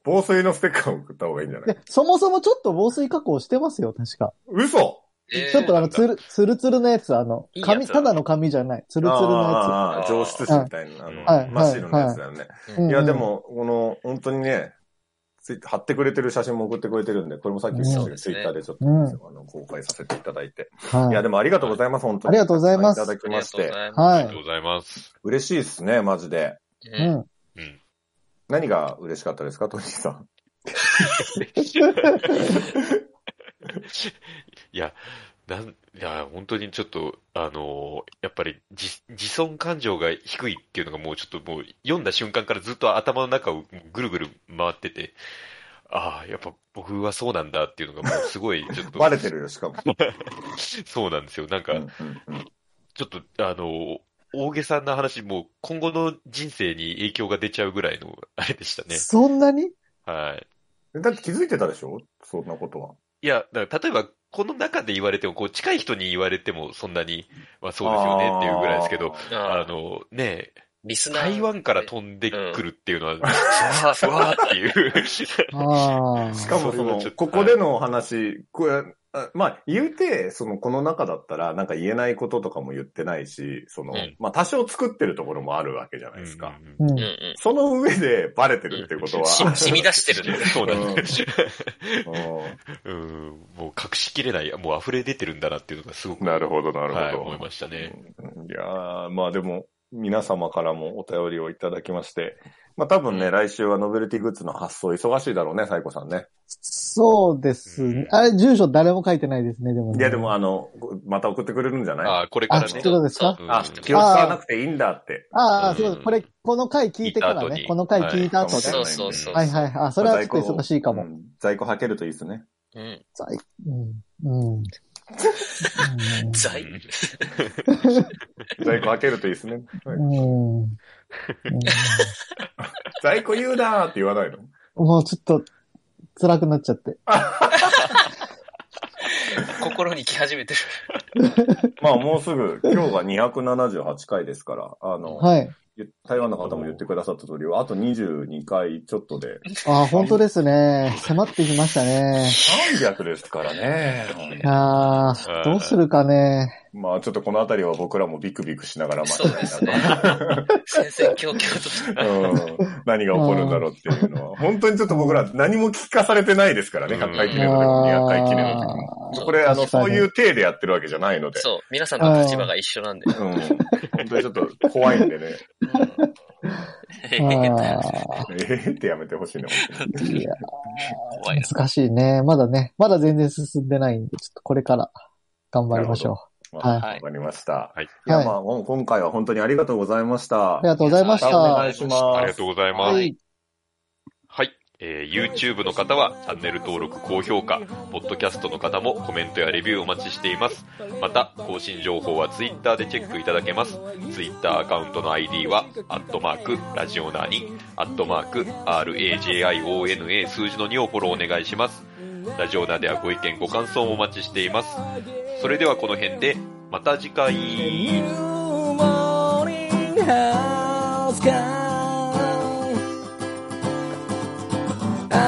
[SPEAKER 4] 防水のステッカーを送った方がいいんじゃない
[SPEAKER 2] で、そもそもちょっと防水加工してますよ、確か。
[SPEAKER 4] 嘘
[SPEAKER 3] えー
[SPEAKER 2] ちょっとあの、つ
[SPEAKER 3] そうなんだ
[SPEAKER 2] る、つるつるのやつ、あの
[SPEAKER 3] い、いやつ
[SPEAKER 2] 紙、
[SPEAKER 3] だ
[SPEAKER 2] ただの紙じゃない。つ
[SPEAKER 4] ツ
[SPEAKER 2] るつるの
[SPEAKER 4] 上質紙みたいな、あの、
[SPEAKER 2] はい
[SPEAKER 4] 真っ白のやつだよね。
[SPEAKER 2] や
[SPEAKER 3] ー
[SPEAKER 2] つ。うん
[SPEAKER 4] いや、で、も、この、本当にね、ツイッター貼ってくれてる写真も送ってくれてるんで、これもさっき言った
[SPEAKER 3] うん
[SPEAKER 4] けど、ツイッターでちょっと、
[SPEAKER 2] うん
[SPEAKER 4] あの公開させていただいて。
[SPEAKER 2] はい
[SPEAKER 4] や、
[SPEAKER 2] い。
[SPEAKER 4] でもありがとうございます、本当に。
[SPEAKER 2] ありがとうございます
[SPEAKER 4] ただき
[SPEAKER 3] あり
[SPEAKER 4] ま
[SPEAKER 3] が
[SPEAKER 4] し
[SPEAKER 3] とうご
[SPEAKER 4] て。
[SPEAKER 3] ざいま
[SPEAKER 1] あ
[SPEAKER 2] は
[SPEAKER 1] りがとう
[SPEAKER 2] い。
[SPEAKER 1] ございます。
[SPEAKER 4] 嬉しいですね、マジで。
[SPEAKER 3] す。
[SPEAKER 2] う
[SPEAKER 3] うん
[SPEAKER 2] ん。
[SPEAKER 1] うん。
[SPEAKER 4] 何が嬉しかったですか、トニーさん。
[SPEAKER 1] いや、なん、いや、本当にちょっと、あのーやっぱり自、自尊感情が低いっていうのがもうちょっともう読んだ瞬間からずっと頭の中をぐるぐる回ってて、ああ、やっぱ僕はそうなんだっていうのがもうすごい、ちょっと、
[SPEAKER 4] バレてるよ、しかも。
[SPEAKER 1] そうなんですよ。なん
[SPEAKER 4] う
[SPEAKER 1] か、
[SPEAKER 4] んうんうん
[SPEAKER 1] ちょっと、あの、大げさな話、もう今後の人生に影響が出ちゃうぐらいの、あれでしたね。
[SPEAKER 2] そんなに
[SPEAKER 1] はい。
[SPEAKER 4] えだって気づいてたでしょそんなことは。
[SPEAKER 1] いや、だから例えば、この中で言われても、こう、近い人に言われても、そんなに、まあそうですよねっていうぐらいですけど、
[SPEAKER 3] うん
[SPEAKER 1] あの、ね
[SPEAKER 3] リスナー。
[SPEAKER 1] 台湾から飛んでくるっていうのは、ふわふわっていう。
[SPEAKER 2] あ
[SPEAKER 4] し
[SPEAKER 2] あ。
[SPEAKER 4] かも
[SPEAKER 1] そ
[SPEAKER 4] そ
[SPEAKER 1] れは
[SPEAKER 4] の
[SPEAKER 1] ちょっ、と
[SPEAKER 4] ここでのお話、これ、あまあ、言うて、その、この中だったら、なんか言えないこととかも言ってないし、その、
[SPEAKER 3] うん
[SPEAKER 4] まあ、多少作ってるところもあるわけじゃないですか。
[SPEAKER 1] うんうんう
[SPEAKER 2] う
[SPEAKER 1] ん
[SPEAKER 2] ん
[SPEAKER 3] うん。うん
[SPEAKER 4] その上でバレてるっていうことは、
[SPEAKER 3] し染み出してるね。
[SPEAKER 1] そうなんです。
[SPEAKER 4] う
[SPEAKER 1] うん、もう隠しきれない、もう溢れ出てるんだなっていうのがすごく、
[SPEAKER 4] んなるほど、なるほど。
[SPEAKER 1] はい、思いましたね。
[SPEAKER 4] いやーまあでも、皆様からもお便りをいただきまして、まあ多分ね、来週はノベルティグッズの発送忙しいだろうね、サイコさんね。
[SPEAKER 2] そうですね。あれ、住所誰も書いてないですね、でもね。
[SPEAKER 4] いや、でもあの、また送ってくれるんじゃない
[SPEAKER 1] ああ、これか
[SPEAKER 2] あ、
[SPEAKER 1] ら
[SPEAKER 2] そうい
[SPEAKER 1] ね
[SPEAKER 2] うこ。とですか
[SPEAKER 1] うん
[SPEAKER 4] あ、気を使わなくていいんだって。
[SPEAKER 2] あ
[SPEAKER 1] う
[SPEAKER 2] あ、
[SPEAKER 1] ん
[SPEAKER 2] そうです。これ、この回聞いてから
[SPEAKER 1] 聞いた後
[SPEAKER 2] ね
[SPEAKER 1] に。
[SPEAKER 2] この回聞いた後
[SPEAKER 4] はい
[SPEAKER 2] で。
[SPEAKER 3] そうそうそう。
[SPEAKER 2] はいはいはい。あ、それはちょっと忙しいか
[SPEAKER 4] う
[SPEAKER 2] も。
[SPEAKER 4] ん在庫はけるといいですね。
[SPEAKER 3] うん。
[SPEAKER 2] 在うん。うん。
[SPEAKER 3] 在
[SPEAKER 1] うん
[SPEAKER 4] 在庫はけるといいですね。
[SPEAKER 2] うんうん。うん
[SPEAKER 4] 在庫言うなーって言わないの
[SPEAKER 2] もうちょっと、辛くなっちゃって。
[SPEAKER 3] 心に来始めてる。
[SPEAKER 4] まあもうすぐ、今日が278回ですから、あの、
[SPEAKER 2] はい。
[SPEAKER 4] 台湾の方も言ってくださった通り、あと22回ちょっとで、
[SPEAKER 2] ああ、本当ですね。迫ってきましたね。
[SPEAKER 4] 300ですからね
[SPEAKER 2] い。やー、どうするかね。
[SPEAKER 4] まあちょっとこのあたりは僕らもビクビクしながら待
[SPEAKER 3] そうですね。先生、今日、今日として。
[SPEAKER 4] うん、何が起こるんだろうっていうのは、本当にちょっと僕ら何も聞かされてないですからね、
[SPEAKER 1] うん
[SPEAKER 4] 100回記
[SPEAKER 2] あ
[SPEAKER 4] 念の時も200回記念の時も。
[SPEAKER 2] ー
[SPEAKER 3] そう
[SPEAKER 4] これ、あの、
[SPEAKER 2] 確か
[SPEAKER 4] そ
[SPEAKER 2] に
[SPEAKER 4] ういう体でやってるわけじゃないので。
[SPEAKER 3] そう、皆さんの立場が一緒なんで。
[SPEAKER 4] うん。本当にちょっと怖いんでね。
[SPEAKER 3] え
[SPEAKER 2] あ
[SPEAKER 3] ー
[SPEAKER 4] えーってやめてほしいな。本当
[SPEAKER 2] ー
[SPEAKER 4] に
[SPEAKER 2] いや
[SPEAKER 3] 怖いな。
[SPEAKER 2] 難しいね。まだね、まだ全然進んでないんで、ちょっとこれから頑張りましょう。
[SPEAKER 4] まあ
[SPEAKER 2] はい
[SPEAKER 4] わかりました。
[SPEAKER 1] はい。
[SPEAKER 4] いや、まあ、もう今回は本当にありがとうございました。
[SPEAKER 2] ありがとうございまし
[SPEAKER 4] またお
[SPEAKER 2] た
[SPEAKER 4] 願い。します。
[SPEAKER 1] ありがとうございます。
[SPEAKER 2] はい。
[SPEAKER 1] はい。えー YouTube の方はチャンネル登録、高評価、Podcast の方もコメントやレビューお待ちしています。また、更新情報は Twitter でチェックいただけます。Twitter アカウントの ID は、アットマーク、ラジオナーに、アットマーク、RAJIONA 数字の2をフォローお願いします。ラジオナーではご意見、ご感想もお待ちしています。それではこの辺で、また次回。
[SPEAKER 6] New morning has come